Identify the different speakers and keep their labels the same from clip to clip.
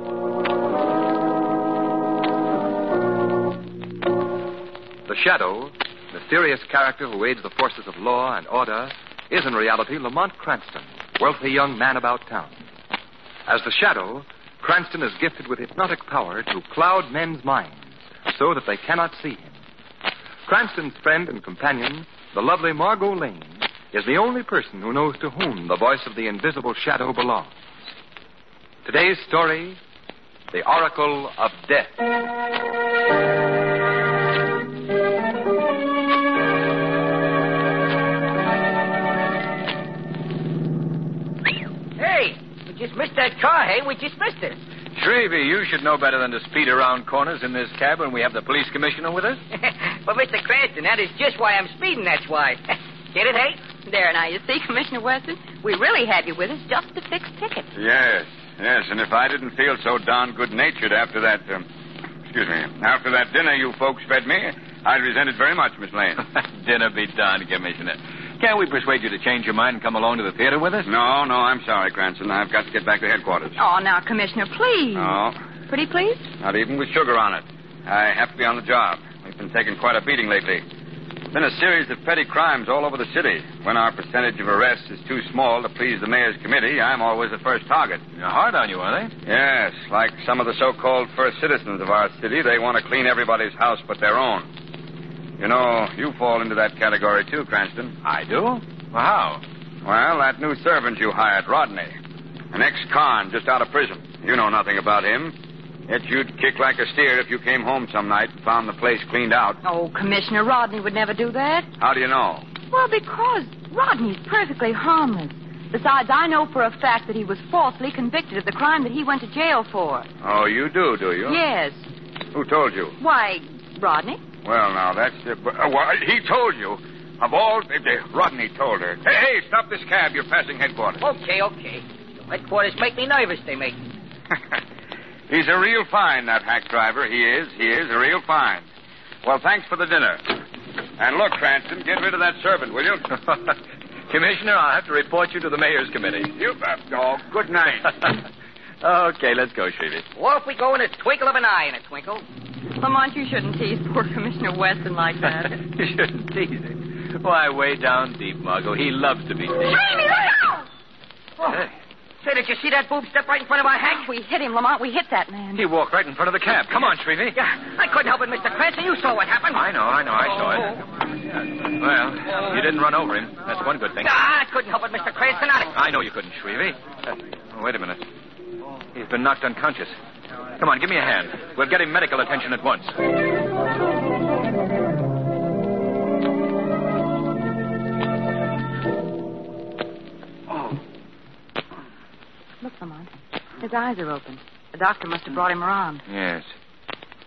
Speaker 1: Shadow, the mysterious character who aids the forces of law and order, is in reality Lamont Cranston, wealthy young man about town. As the Shadow, Cranston is gifted with hypnotic power to cloud men's minds so that they cannot see him. Cranston's friend and companion, the lovely Margot Lane, is the only person who knows to whom the voice of the invisible shadow belongs. Today's story The Oracle of Death.
Speaker 2: Hey, we just missed that car, hey? We just missed it.
Speaker 3: Shrevey, you should know better than to speed around corners in this cab when we have the police commissioner with us.
Speaker 2: well, Mr. Cranston, that is just why I'm speeding, that's why. Get it, hey?
Speaker 4: There now, you see, Commissioner Weston, we really had you with us just to fix tickets.
Speaker 3: Yes, yes, and if I didn't feel so darn good natured after that, um, excuse me, after that dinner you folks fed me, I'd resent it very much, Miss Lane.
Speaker 5: dinner be darned, Commissioner. Can't we persuade you to change your mind and come along to the theater with us?
Speaker 3: No, no, I'm sorry, Cranston. I've got to get back to headquarters.
Speaker 4: Oh, now, Commissioner, please.
Speaker 3: No,
Speaker 4: Pretty please?
Speaker 3: not even with sugar on it. I have to be on the job. We've been taking quite a beating lately. Been a series of petty crimes all over the city. When our percentage of arrests is too small to please the mayor's committee, I'm always the first target.
Speaker 5: They're hard on you, are they?
Speaker 3: Yes, like some of the so called first citizens of our city, they want to clean everybody's house but their own. You know, you fall into that category too, Cranston.
Speaker 5: I do. Well, how?
Speaker 3: Well, that new servant you hired, Rodney, an ex con just out of prison. You know nothing about him. Yet you'd kick like a steer if you came home some night and found the place cleaned out.
Speaker 4: Oh, Commissioner, Rodney would never do that.
Speaker 3: How do you know?
Speaker 4: Well, because Rodney's perfectly harmless. Besides, I know for a fact that he was falsely convicted of the crime that he went to jail for.
Speaker 3: Oh, you do, do you?
Speaker 4: Yes.
Speaker 3: Who told you?
Speaker 4: Why, Rodney?
Speaker 3: Well, now, that's. Uh, b- uh, well, he told you. Of all. uh, Rodney told her. Hey, hey, stop this cab. You're passing headquarters.
Speaker 2: Okay, okay. The headquarters make me nervous, they make me.
Speaker 3: He's a real fine, that hack driver. He is. He is a real fine. Well, thanks for the dinner. And look, Cranston, get rid of that servant, will you?
Speaker 5: Commissioner, I'll have to report you to the mayor's committee.
Speaker 3: you. Uh, oh, good night.
Speaker 5: okay, let's go, Shrevey.
Speaker 2: Off we go in a twinkle of an eye, in a twinkle.
Speaker 4: Lamont, you shouldn't tease poor Commissioner Weston like that.
Speaker 5: you shouldn't tease him. Why, way down deep, Margot. He loves to be teased.
Speaker 2: Oh. Say, did you see that boob step right in front of our hack?
Speaker 4: we hit him, Lamont. We hit that man.
Speaker 5: He walked right in front of the cab. Come on, Shrevey.
Speaker 2: Yeah, I couldn't help it, Mr. Cranston. You saw what happened.
Speaker 5: I know, I know. I saw
Speaker 2: Oh.
Speaker 5: it. Well, you didn't run over him. That's one good thing.
Speaker 2: Ah, I couldn't help it, Mr. Cranston. I...
Speaker 5: I know you couldn't, Shrevey. Uh, wait a minute. He's been knocked unconscious. Come on, give me a hand. We'll get him medical attention at once.
Speaker 4: Look, Lamont. His eyes are open. The doctor must have brought him around.
Speaker 5: Yes.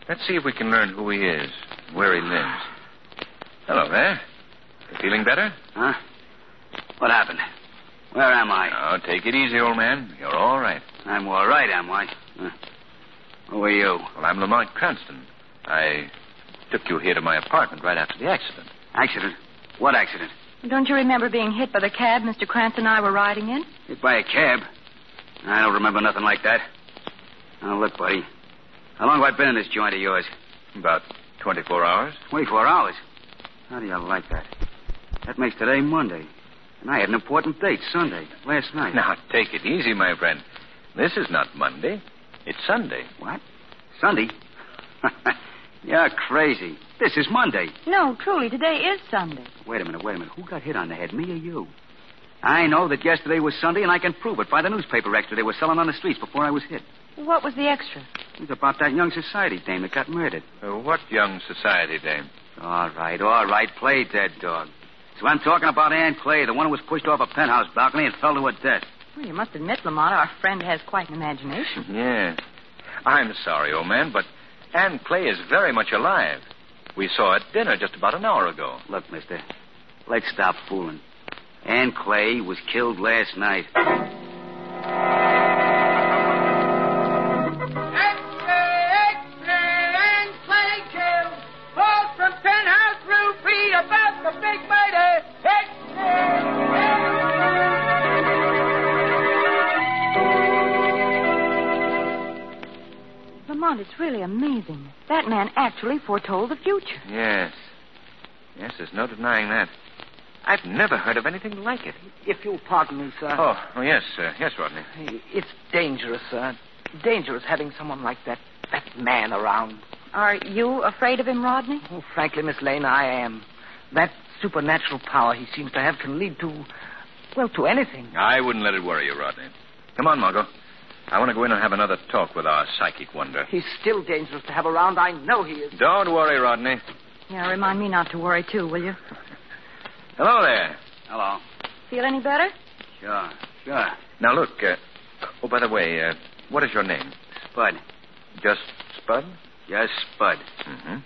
Speaker 5: Let's see if we can learn who he is, where he lives. Hello there. You feeling better?
Speaker 6: Huh? What happened? Where am I?
Speaker 5: Oh, take it easy, old man. You're all right.
Speaker 6: I'm all right, am I? Huh. Who are you?
Speaker 5: Well, I'm Lamont Cranston. I took you here to my apartment right after the accident.
Speaker 6: Accident? What accident?
Speaker 4: Don't you remember being hit by the cab Mr. Cranston and I were riding in?
Speaker 6: Hit by a cab? I don't remember nothing like that. Now, look, buddy. How long have I been in this joint of yours?
Speaker 5: About 24 hours.
Speaker 6: 24 hours. How do you like that? That makes today Monday. And I had an important date, Sunday, last night.
Speaker 5: Now, take it easy, my friend. This is not Monday. It's Sunday.
Speaker 6: What? Sunday? You're crazy. This is Monday.
Speaker 4: No, truly, today is Sunday.
Speaker 6: Wait a minute, wait a minute. Who got hit on the head, me or you? I know that yesterday was Sunday, and I can prove it by the newspaper extra they were selling on the streets before I was hit.
Speaker 4: What was the extra?
Speaker 6: It was about that young society dame that got murdered.
Speaker 5: Uh, what young society dame?
Speaker 6: All right, all right. Play dead dog. So I'm talking about Ann Clay, the one who was pushed off a penthouse balcony and fell to her death.
Speaker 4: Well, you must admit, Lamont, our friend has quite an imagination.
Speaker 5: Yes. I'm sorry, old man, but Anne Clay is very much alive. We saw at dinner just about an hour ago.
Speaker 6: Look, mister, let's stop fooling. Ann Clay was killed last night.
Speaker 4: Lamont, it's really amazing. That man actually foretold the future.
Speaker 5: Yes.
Speaker 7: Yes, there's no denying that. I've never heard of anything like it.
Speaker 2: If you'll pardon me, sir.
Speaker 7: Oh, oh, yes, uh, yes, Rodney.
Speaker 2: It's dangerous, sir. Dangerous having someone like that, that man around.
Speaker 4: Are you afraid of him, Rodney?
Speaker 2: Oh, frankly, Miss Lane, I am. That supernatural power he seems to have can lead to, well, to anything.
Speaker 7: I wouldn't let it worry you, Rodney. Come on, Margot. I want to go in and have another talk with our psychic wonder.
Speaker 2: He's still dangerous to have around. I know he is.
Speaker 7: Don't worry, Rodney.
Speaker 4: Yeah, remind me not to worry, too, will you?
Speaker 7: Hello there.
Speaker 6: Hello.
Speaker 4: Feel any better?
Speaker 6: Sure, sure.
Speaker 7: Now look. Uh, oh, by the way, uh, what is your name?
Speaker 6: Spud.
Speaker 7: Just Spud.
Speaker 6: Yes, Spud.
Speaker 7: Mm-hmm.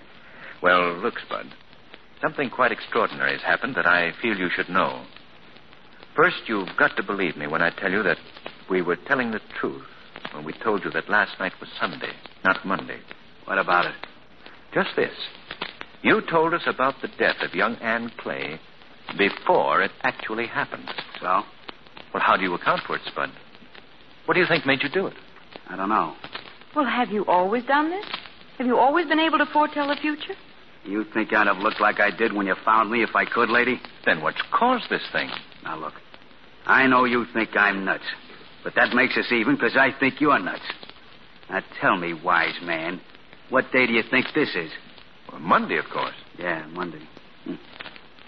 Speaker 7: Well, look, Spud. Something quite extraordinary has happened that I feel you should know. First, you've got to believe me when I tell you that we were telling the truth when we told you that last night was Sunday, not Monday.
Speaker 6: What about it?
Speaker 7: Just this. You told us about the death of young Anne Clay before it actually happened.
Speaker 6: So?
Speaker 7: Well, how do you account for it, Spud? What do you think made you do it?
Speaker 6: I don't know.
Speaker 4: Well, have you always done this? Have you always been able to foretell the future?
Speaker 6: You think I'd have looked like I did when you found me if I could, lady?
Speaker 7: Then what's caused this thing?
Speaker 6: Now, look. I know you think I'm nuts, but that makes us even because I think you're nuts. Now, tell me, wise man, what day do you think this is?
Speaker 7: Well, Monday, of course.
Speaker 6: Yeah, Monday. Hmm.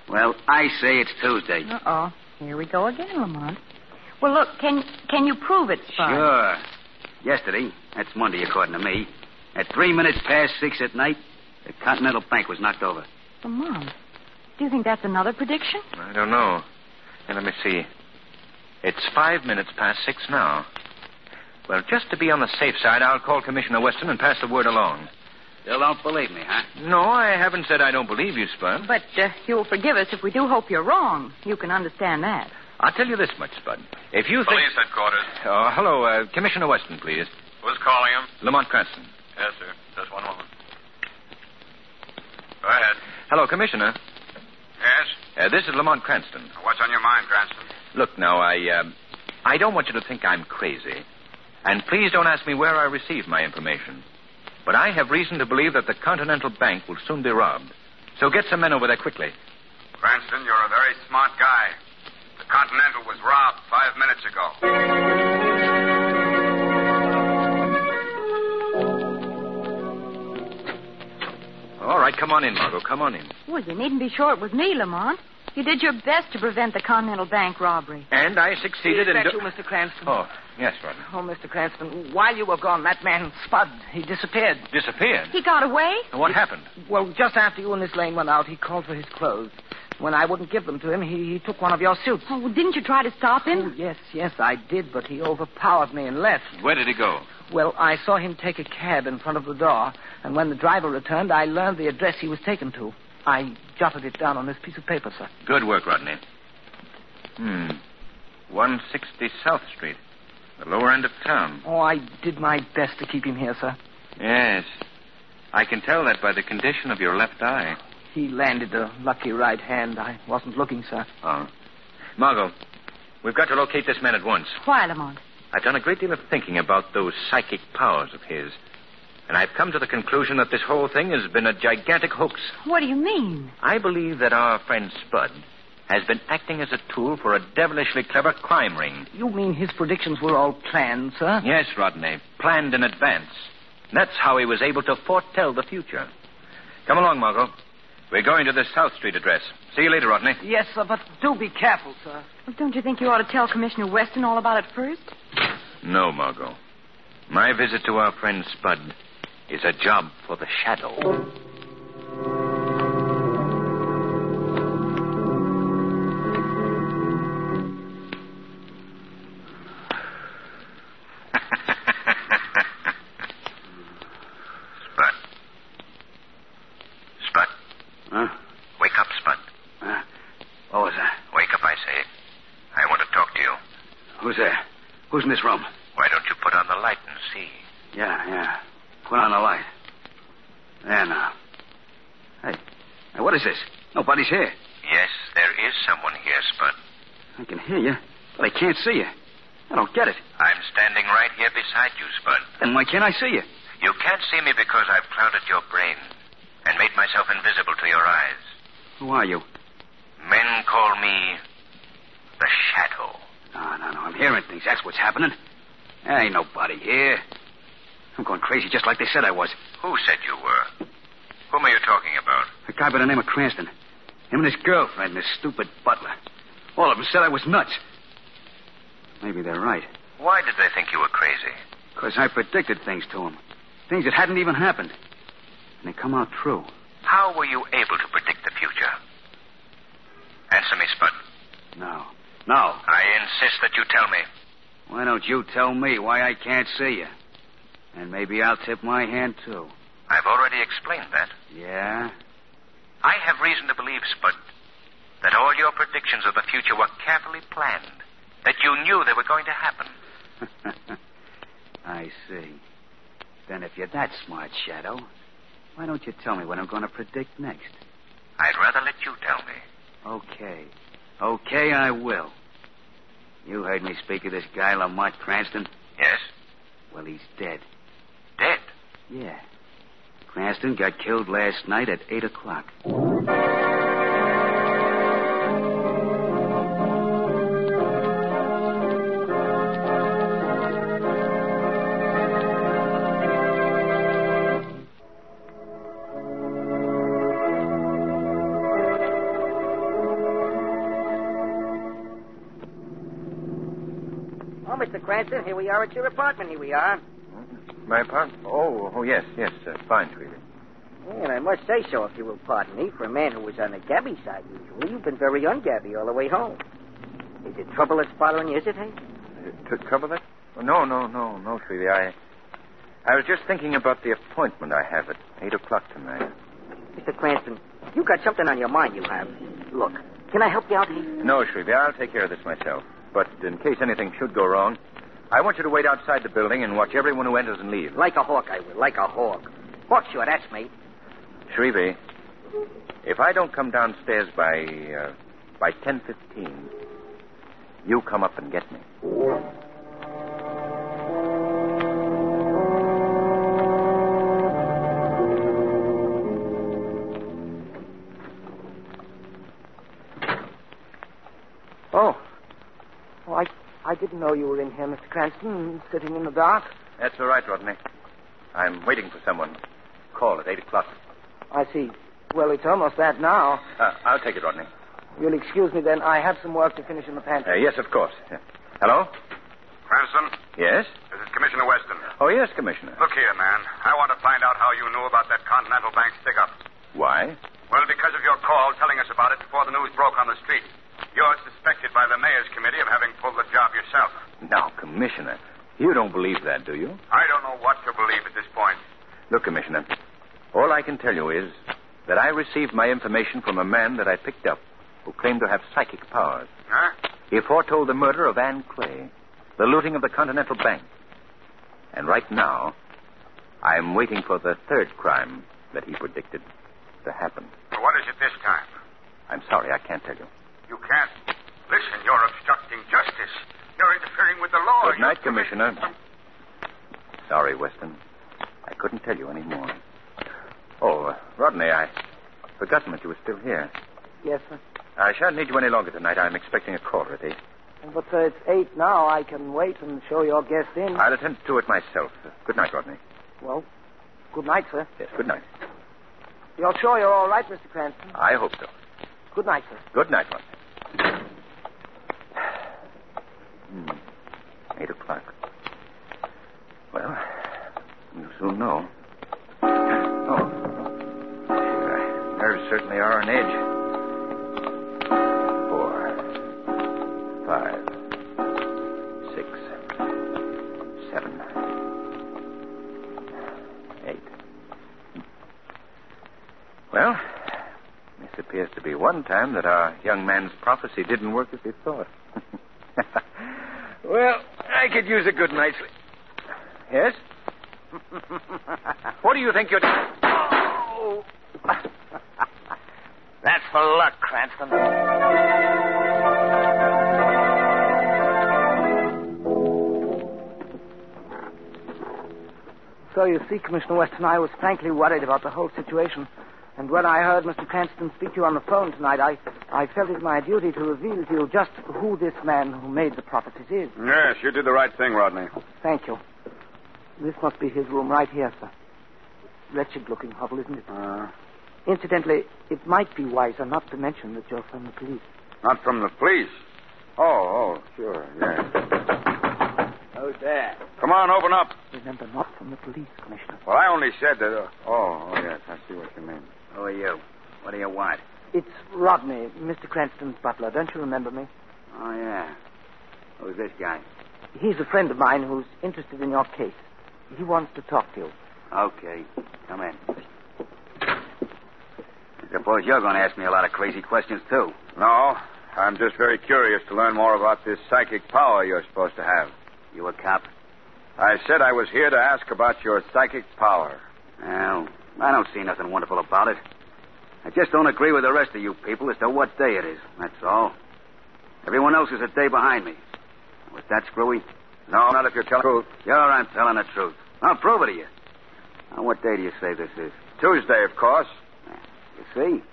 Speaker 6: Well, I say it's Tuesday.
Speaker 4: Uh-oh. Here we go again, Lamont. Well, look, can can you prove it, Spud?
Speaker 6: Sure. Yesterday, that's Monday according to me, at three minutes past six at night, the Continental Bank was knocked over.
Speaker 4: Lamont, do you think that's another prediction?
Speaker 7: I don't know. Now, let me see. It's five minutes past six now. Well, just to be on the safe side, I'll call Commissioner Weston and pass the word along.
Speaker 6: Still don't believe me, huh?
Speaker 7: No, I haven't said I don't believe you, Spud.
Speaker 4: But uh, you'll forgive us if we do hope you're wrong. You can understand that.
Speaker 7: I'll tell you this much, Spud. If you think.
Speaker 5: Police headquarters.
Speaker 7: Oh, hello, uh, Commissioner Weston, please.
Speaker 5: Who's calling him?
Speaker 7: Lamont Cranston.
Speaker 5: Yes, sir. Just one moment. Go ahead.
Speaker 7: Hello, Commissioner.
Speaker 5: Yes?
Speaker 7: Uh, this is Lamont Cranston.
Speaker 5: What's on your mind, Cranston?
Speaker 7: Look, now, I, um, I don't want you to think I'm crazy. And please don't ask me where I received my information. But I have reason to believe that the Continental Bank will soon be robbed. So get some men over there quickly.
Speaker 5: Cranston, you're a very smart guy. The Continental was robbed five minutes ago.
Speaker 7: All right, come on in, Margot. Come on in.
Speaker 4: Well, you needn't be sure it was me, Lamont. You did your best to prevent the Continental Bank robbery.
Speaker 7: And I
Speaker 2: Is
Speaker 7: succeeded in.
Speaker 2: that
Speaker 7: do-
Speaker 2: you, Mr. Cranston?
Speaker 7: Oh, yes, Rodney.
Speaker 2: Oh, Mr. Cranston, while you were gone, that man, Spud, he disappeared.
Speaker 7: Disappeared.
Speaker 4: He got away?
Speaker 7: What happened?
Speaker 2: Well, just after you and Miss Lane went out, he called for his clothes. When I wouldn't give them to him, he, he took one of your suits.
Speaker 4: Oh, well, didn't you try to stop
Speaker 2: Oh,
Speaker 4: him?
Speaker 2: yes, yes, I did, but he overpowered me and left.
Speaker 7: Where did he go?
Speaker 2: Well, I saw him take a cab in front of the door, and when the driver returned, I learned the address he was taken to. I jotted it down on this piece of paper, sir.
Speaker 7: Good work, Rodney. Hmm. 160 South Street, the lower end of town.
Speaker 2: Oh, I did my best to keep him here, sir.
Speaker 7: Yes. I can tell that by the condition of your left eye.
Speaker 2: He landed a lucky right hand. I wasn't looking, sir.
Speaker 7: Oh. Margot, we've got to locate this man at once.
Speaker 4: Why, Lamont?
Speaker 7: I've done a great deal of thinking about those psychic powers of his. And I've come to the conclusion that this whole thing has been a gigantic hoax.
Speaker 4: What do you mean?
Speaker 7: I believe that our friend Spud has been acting as a tool for a devilishly clever crime ring.
Speaker 2: You mean his predictions were all planned, sir?
Speaker 7: Yes, Rodney, planned in advance. That's how he was able to foretell the future. Come along, Margot. We're going to the South Street address. See you later, Rodney.
Speaker 2: Yes, sir, but do be careful, sir.
Speaker 4: Well, don't you think you ought to tell Commissioner Weston all about it first?
Speaker 7: No, Margot. My visit to our friend Spud is a job for the shadow.
Speaker 5: Spud. Spud.
Speaker 6: Huh?
Speaker 5: Wake up, Spud.
Speaker 6: Huh? What was that?
Speaker 5: Wake up, I say. I want to talk to you.
Speaker 6: Who's there? Who's in this room?
Speaker 5: Why don't you put on the light and see?
Speaker 6: Yeah, yeah. Put on the light. There now. Hey. Hey, what is this? Nobody's here.
Speaker 5: Yes, there is someone here, Spud.
Speaker 6: I can hear you, but I can't see you. I don't get it.
Speaker 5: I'm standing right here beside you, Spud.
Speaker 6: Then why can't I see you?
Speaker 5: You can't see me because I've clouded your brain and made myself invisible to your eyes.
Speaker 6: Who are you?
Speaker 5: Men call me the Shadow.
Speaker 6: No, no, no. I'm hearing things. That's what's happening. There ain't nobody here. I'm going crazy just like they said I was.
Speaker 5: Who said you were? Whom are you talking about?
Speaker 6: A guy by the name of Cranston. Him and his girlfriend and his stupid butler. All of them said I was nuts. Maybe they're right.
Speaker 5: Why did they think you were crazy?
Speaker 6: Because I predicted things to them. Things that hadn't even happened. And they come out true.
Speaker 5: How were you able to predict the future? Answer me, Spud.
Speaker 6: No. No.
Speaker 5: I insist that you tell me.
Speaker 6: Why don't you tell me why I can't see you? And maybe I'll tip my hand, too.
Speaker 5: I've already explained that.
Speaker 6: Yeah?
Speaker 5: I have reason to believe, Spud, that all your predictions of the future were carefully planned, that you knew they were going to happen.
Speaker 6: I see. Then if you're that smart, Shadow, why don't you tell me what I'm going to predict next?
Speaker 5: I'd rather let you tell me.
Speaker 6: Okay. Okay, I will. You heard me speak of this guy, Lamont Cranston?
Speaker 5: Yes?
Speaker 6: Well, he's dead.
Speaker 5: Dead?
Speaker 6: Yeah. Cranston got killed last night at 8 o'clock.
Speaker 8: Oh, Mr. Cranston, here we are at your apartment. Here we are.
Speaker 5: My apartment? Oh, oh yes, yes, uh, fine, Tweety.
Speaker 8: And I must say so, if you will pardon me, for a man who was on the Gabby side usually. You've been very ungabby all the way home. Is it trouble that's bothering you, is it, hey?
Speaker 5: Uh, To trouble that? Oh, no, no, no, no, Tweety. I, I was just thinking about the appointment I have at eight o'clock tonight.
Speaker 8: Mr. Cranston, you got something on your mind, you have. Look, can I help you out, hey?
Speaker 5: No, Shrevey, I'll take care of this myself. But in case anything should go wrong, I want you to wait outside the building and watch everyone who enters and leaves.
Speaker 8: Like a hawk, I will. Like a hawk. Hawk, sure, that's me.
Speaker 5: Shrevey, if I don't come downstairs by uh, by ten fifteen, you come up and get me.
Speaker 2: Oh. Oh, I, I didn't know you were in here, Mr. Cranston, sitting in the dark.
Speaker 5: That's all right, Rodney. I'm waiting for someone. Call at eight o'clock.
Speaker 2: I see. Well, it's almost that now.
Speaker 5: Uh, I'll take it, Rodney.
Speaker 2: You'll excuse me then. I have some work to finish in the
Speaker 5: Uh,
Speaker 2: pantry.
Speaker 5: yes, of course. Yeah. Hello.
Speaker 9: Cranston,
Speaker 5: Yes.
Speaker 9: this is Commissioner Weston.
Speaker 5: Oh yes, Commissioner.
Speaker 9: Look here, man. I want to find out how you knew about that Continental Bank stick-up.
Speaker 5: Why?
Speaker 9: Well, because of your call telling us about it before the news broke on the street. You're suspected by the mayor's committee of having pulled the job yourself.
Speaker 5: Now, Commissioner, you don't believe that, do you?
Speaker 9: I don't know what to believe at this point.
Speaker 5: Look, Commissioner, all I can tell you is that I received my information from a man that I picked up who claimed to have psychic powers.
Speaker 9: Huh?
Speaker 5: He foretold the murder of Anne Clay, the looting of the Continental Bank. And right now, I'm waiting for the third crime that he predicted to happen.
Speaker 9: Well, what is it this time?
Speaker 5: I'm sorry, I can't tell you.
Speaker 9: You can't. Listen, you're obstructing justice. You're interfering with the law.
Speaker 5: Good night, Commissioner. Sorry, Weston. I couldn't tell you any more. Oh, uh, Rodney, I forgotten that you were still here.
Speaker 2: Yes, sir.
Speaker 5: I shan't need you any longer tonight. I'm expecting a caller at eight.
Speaker 2: But uh, it's eight now. I can wait and show your guest in.
Speaker 5: I'll attend to it myself. Uh, Good night, Rodney.
Speaker 2: Well, good night, sir.
Speaker 5: Yes, good night.
Speaker 2: You're sure you're all right, Mr. Cranston?
Speaker 5: I hope so.
Speaker 2: Good night, sir.
Speaker 5: Good night, Rodney. Hmm. Eight o'clock. Well, you'll soon know. Oh. My nerves certainly are on edge. Four. Five. Six. Seven. Eight. Well, this appears to be one time that our young man's prophecy didn't work as he thought. well, I could use a good night's sleep. Yes? what do you think you're. Oh!
Speaker 8: That's for luck, Cranston.
Speaker 2: So you see, Commissioner Weston, I was frankly worried about the whole situation. And when I heard Mr. Cranston speak to you on the phone tonight, I, I felt it my duty to reveal to you just who this man who made the prophecies is.
Speaker 3: Yes, you did the right thing, Rodney.
Speaker 2: Thank you. This must be his room right here, sir. Wretched looking hovel, isn't it?
Speaker 3: Uh,
Speaker 2: Incidentally, it might be wiser not to mention that you're from the police.
Speaker 3: not from the police. Oh, oh, sure, yeah.
Speaker 6: Who's there?
Speaker 3: Come on, open up.
Speaker 2: Remember, not from the police, Commissioner.
Speaker 3: Well, I only said that. Uh, oh, oh, yes, I see what you mean.
Speaker 6: Who are you? What do you want?
Speaker 2: It's Rodney, Mr. Cranston's butler. Don't you remember me?
Speaker 6: Oh, yeah. Who's this guy?
Speaker 2: He's a friend of mine who's interested in your case. He wants to talk to you.
Speaker 6: Okay. Come in. I suppose you're going to ask me a lot of crazy questions, too.
Speaker 3: No, I'm just very curious to learn more about this psychic power you're supposed to have.
Speaker 6: You a cop?
Speaker 3: I said I was here to ask about your psychic power.
Speaker 6: Well, I don't see nothing wonderful about it. I just don't agree with the rest of you people as to what day it is. That's all. Everyone else is a day behind me. Was that screwy?
Speaker 3: No, not if you're telling the truth.
Speaker 6: Sure, I'm telling the truth. I'll prove it to you. Now, what day do you say this is?
Speaker 3: Tuesday, of course.
Speaker 6: You see?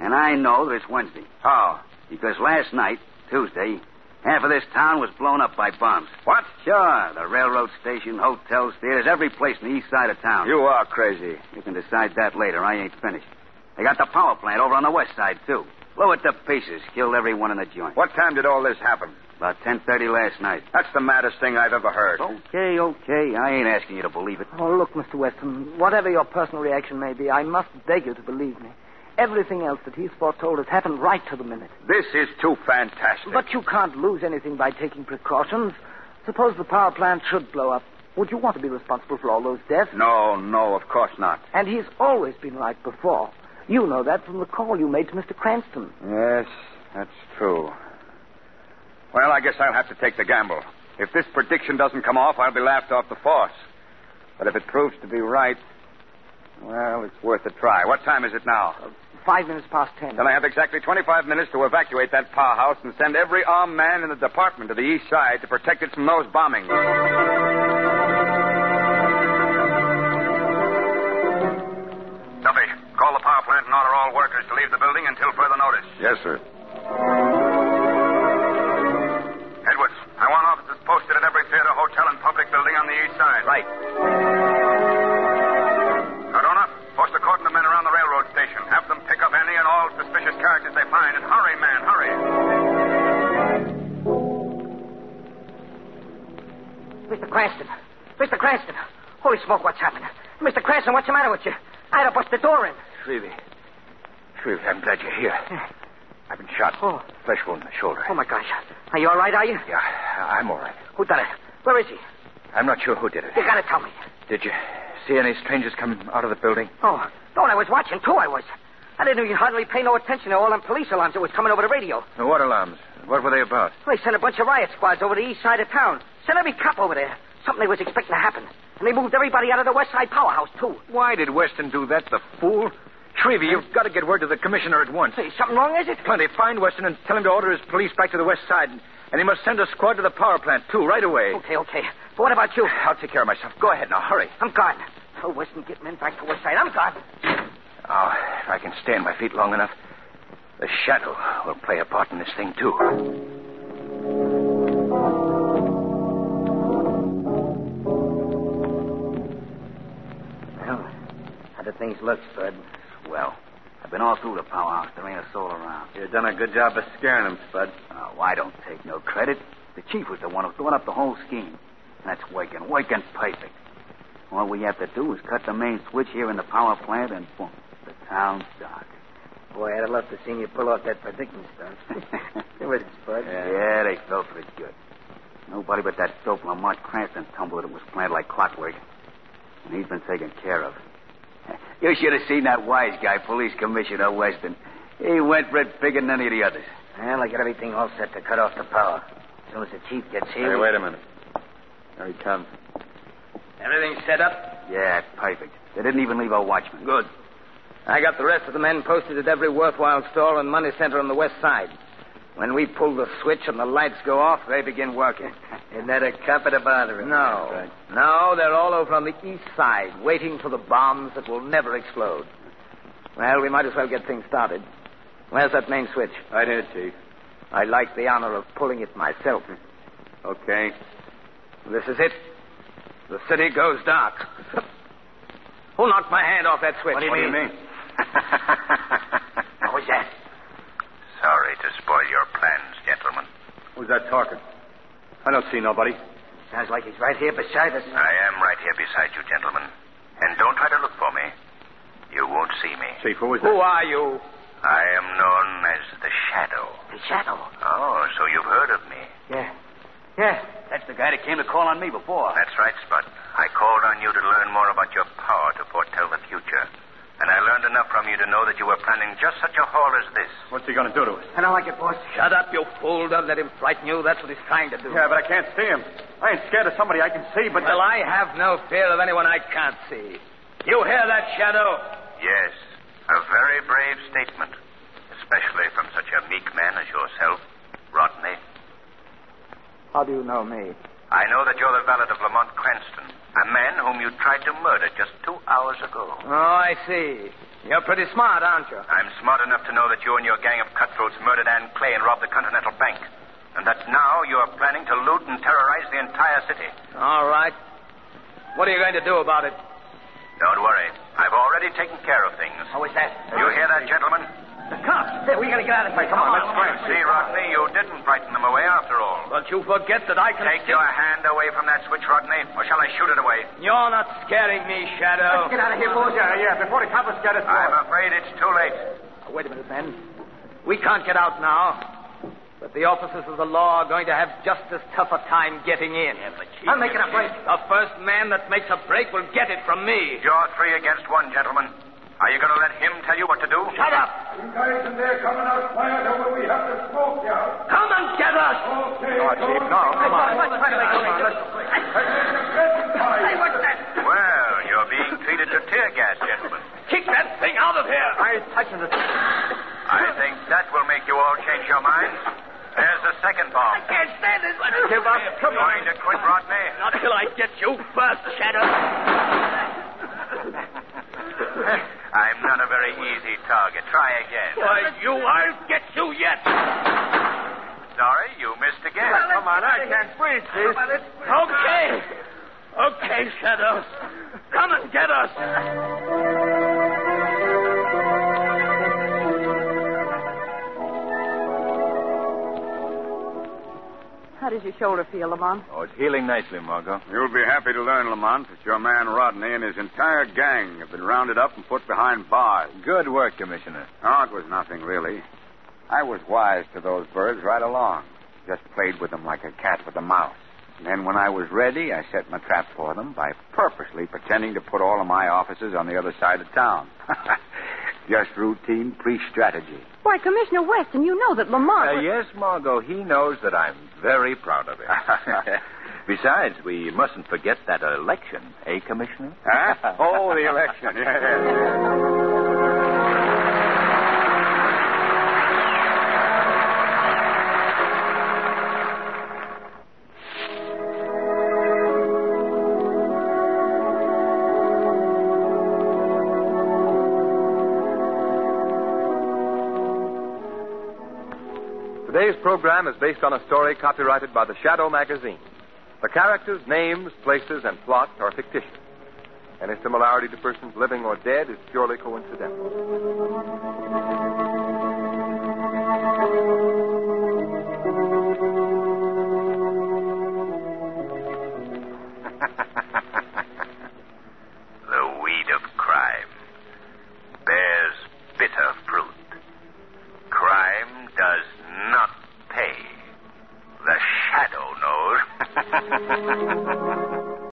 Speaker 6: And I know that it's Wednesday.
Speaker 3: How?
Speaker 6: Because last night, Tuesday, half of this town was blown up by bombs.
Speaker 3: What?
Speaker 6: Sure, the railroad station, hotels, theaters, every place in the east side of town.
Speaker 3: You are crazy.
Speaker 6: You can decide that later. I ain't finished. They got the power plant over on the west side, too. Blew it to pieces. Killed everyone in the joint.
Speaker 3: What time did all this happen?
Speaker 6: About 10.30 last night.
Speaker 3: That's the maddest thing I've ever heard.
Speaker 6: Okay, okay. I ain't asking you to believe it.
Speaker 2: Oh, look, Mr. Weston, whatever your personal reaction may be, I must beg you to believe me. Everything else that he's foretold has happened right to the minute.
Speaker 3: This is too fantastic.
Speaker 2: But you can't lose anything by taking precautions. Suppose the power plant should blow up. Would you want to be responsible for all those deaths?
Speaker 3: No, no, of course not.
Speaker 2: And he's always been right before. You know that from the call you made to Mr. Cranston.
Speaker 3: Yes, that's true. Well, I guess I'll have to take the gamble. If this prediction doesn't come off, I'll be laughed off the force. But if it proves to be right, well, it's worth a try. What time is it now?
Speaker 2: Five minutes past ten.
Speaker 3: Then I have exactly 25 minutes to evacuate that powerhouse and send every armed man in the department to the east side to protect it from those bombings.
Speaker 9: Duffy, call the power plant and order all workers to leave the building until further notice.
Speaker 3: Yes, sir.
Speaker 9: Edwards, I want officers posted at every theater, hotel, and public building on the east side. Right. Cardona, post a cordon of men around the railroad station. Have them pick up any and all suspicious characters they find. And hurry, man, hurry.
Speaker 2: Mr. Cranston. Mr. Cranston. Holy smoke, what's happened? Mr. Cranston, what's the matter with you? I'd have bust the door in.
Speaker 5: Shrevey. Shrevey, I'm glad you're here. I've been shot.
Speaker 2: Oh.
Speaker 5: Flesh wound in the shoulder.
Speaker 2: Oh, my gosh. Are you all right, are you?
Speaker 5: Yeah, I'm all right.
Speaker 2: Who done it? Where is he?
Speaker 5: I'm not sure who did it.
Speaker 2: You gotta tell me.
Speaker 5: Did you see any strangers come out of the building?
Speaker 2: Oh, don't I was watching, too, I was. I didn't even hardly pay no attention to all them police alarms that was coming over the radio.
Speaker 5: The what alarms? What were they about?
Speaker 2: They sent a bunch of riot squads over the east side of town. Sent every cop over there. Something they was expecting to happen. And they moved everybody out of the west side powerhouse, too.
Speaker 5: Why did Weston do that, the fool? Shrevey, you've got to get word to the commissioner at once.
Speaker 2: Say, something wrong, is it?
Speaker 5: Plenty. Find Weston and tell him to order his police back to the west side. And he must send a squad to the power plant, too, right away.
Speaker 2: Okay, okay. But what about you?
Speaker 5: I'll take care of myself. Go ahead now. Hurry.
Speaker 2: I'm gone. Oh, Weston, get men back to west side. I'm gone.
Speaker 5: Oh, if I can stand my feet long enough, the shadow will play a part in this thing, too.
Speaker 6: Well, how do things look, Spud? Well, I've been all through the powerhouse. There ain't a soul around.
Speaker 3: You've done a good job of scaring them, Spud.
Speaker 6: Oh, I don't take no credit. The chief was the one who thought up the whole scheme. And that's working, working perfect. All we have to do is cut the main switch here in the power plant, and boom, the town's dark.
Speaker 8: Boy, I'd have loved to have seen you pull off that predicament stunt. it was Spud.
Speaker 6: Yeah, they fell for it good. Nobody but that dope Lamont Cranston tumbler that was planned like clockwork. And he's been taken care of. You should have seen that wise guy, Police Commissioner Weston. He went for it bigger than any of the others.
Speaker 8: Well, I got everything all set to cut off the power. As soon as the chief gets here.
Speaker 3: Hey, wait a minute. Here he comes.
Speaker 7: Everything set up?
Speaker 6: Yeah, perfect. They didn't even leave a watchman.
Speaker 7: Good. I got the rest of the men posted at every worthwhile store and money center on the west side. When we pull the switch and the lights go off, they begin working.
Speaker 8: Isn't that a comfort to bother him?
Speaker 7: No. No, they're all over on the east side, waiting for the bombs that will never explode. Well, we might as well get things started. Where's that main switch?
Speaker 6: Right here, Chief.
Speaker 7: I like the honor of pulling it myself.
Speaker 6: Okay.
Speaker 7: This is it. The city goes dark. Who knocked my hand off that switch?
Speaker 6: What do you mean?
Speaker 10: what was that?
Speaker 5: Sorry to spoil your plans, gentlemen.
Speaker 6: Who's that talking? I don't see nobody.
Speaker 10: Sounds like he's right here beside us.
Speaker 5: I am right here beside you, gentlemen. And don't try to look for me. You won't see me.
Speaker 6: Chief, who is that?
Speaker 7: Who are you?
Speaker 5: I am known as the Shadow.
Speaker 10: The shadow.
Speaker 5: Oh, so you've heard of me.
Speaker 10: Yeah. Yeah. That's the guy that came to call on me before.
Speaker 5: That's right, Spud. I called on you to learn more about your power to foretell the future. And I learned enough from you to know that you were planning just such a haul as this.
Speaker 6: What's he going to do to us?
Speaker 10: I don't like it, boss.
Speaker 7: Shut up, you fool. Don't let him frighten you. That's what he's trying to do.
Speaker 6: Yeah, but I can't see him. I ain't scared of somebody I can see, but.
Speaker 7: Well, I have no fear of anyone I can't see. You hear that, Shadow?
Speaker 5: Yes, a very brave statement, especially from such a meek man as yourself, Rodney.
Speaker 7: How do you know me?
Speaker 5: I know that you're the valet of Lamont Cranston, a man whom you tried to murder just two hours ago.
Speaker 7: Oh, I see. You're pretty smart, aren't you?
Speaker 5: I'm smart enough to know that you and your gang of cutthroats murdered Ann Clay and robbed the Continental Bank, and that now you are planning to loot and terrorize the entire city.
Speaker 7: All right. What are you going to do about it?
Speaker 5: Don't worry. I've already taken care of things.
Speaker 10: How was that?
Speaker 5: You hear that, gentlemen?
Speaker 10: The cops. Hey, we gotta get out of here. Come, on,
Speaker 5: Let's go. See, Rodney, you didn't frighten them away after all.
Speaker 7: But you forget that I can
Speaker 5: Take
Speaker 7: see-
Speaker 5: your hand away from that switch, Rodney, or shall I shoot it away?
Speaker 7: You're not scaring me, Shadow.
Speaker 10: Get out of here, boss.
Speaker 6: Yeah, yeah, before the cops get us.
Speaker 5: I'm afraid it's too late.
Speaker 7: Wait a minute, men. We can't get out now. But the officers of the law are going to have just as tough a time getting in.
Speaker 10: I'm making a break.
Speaker 7: The first man that makes a break will get it from me.
Speaker 5: You're three against one, gentlemen. Are you going to let him tell you what to do?
Speaker 7: Shut up!
Speaker 11: You guys in there coming out fire over. We have to smoke you out.
Speaker 7: Come and get us!
Speaker 11: Okay.
Speaker 6: Oh, Chief, no, come on.
Speaker 5: Well, you're being treated to tear gas, gentlemen.
Speaker 7: Kick that thing out of here!
Speaker 6: I ain't touching this.
Speaker 5: I think that will make you all change your minds. There's the second bomb.
Speaker 7: can't stand this.
Speaker 6: Give up. Come on.
Speaker 5: Going to quit, Rodney?
Speaker 7: Not till I get you first, Shadow.
Speaker 5: I'm not a very easy target. Try again.
Speaker 7: Why, you, I'll get you yet.
Speaker 5: Sorry, you missed again.
Speaker 6: Come on, I can't breathe, Chief.
Speaker 7: Okay. Okay, Shadow. Come and get us.
Speaker 4: How does your shoulder feel, Lamont?
Speaker 3: Oh, it's healing nicely, Margot.
Speaker 6: You'll be happy to learn, Lamont, that your man Rodney and his entire gang have been rounded up and put behind bars.
Speaker 3: Good work, Commissioner.
Speaker 6: Oh, it was nothing, really. I was wise to those birds right along. Just played with them like a cat with a mouse. And then when I was ready, I set my trap for them by purposely pretending to put all of my officers on the other side of town. Just routine pre-strategy.
Speaker 4: Why, Commissioner Weston, you know that Lamont.
Speaker 3: Uh, yes, Margot, he knows that I'm very proud of him. Besides, we mustn't forget that election, eh, Commissioner?
Speaker 6: Huh? oh, the election. Yeah, yeah.
Speaker 1: Today's program is based on a story copyrighted by the Shadow Magazine. The characters, names, places, and plot are fictitious. Any similarity to persons living or dead is purely coincidental.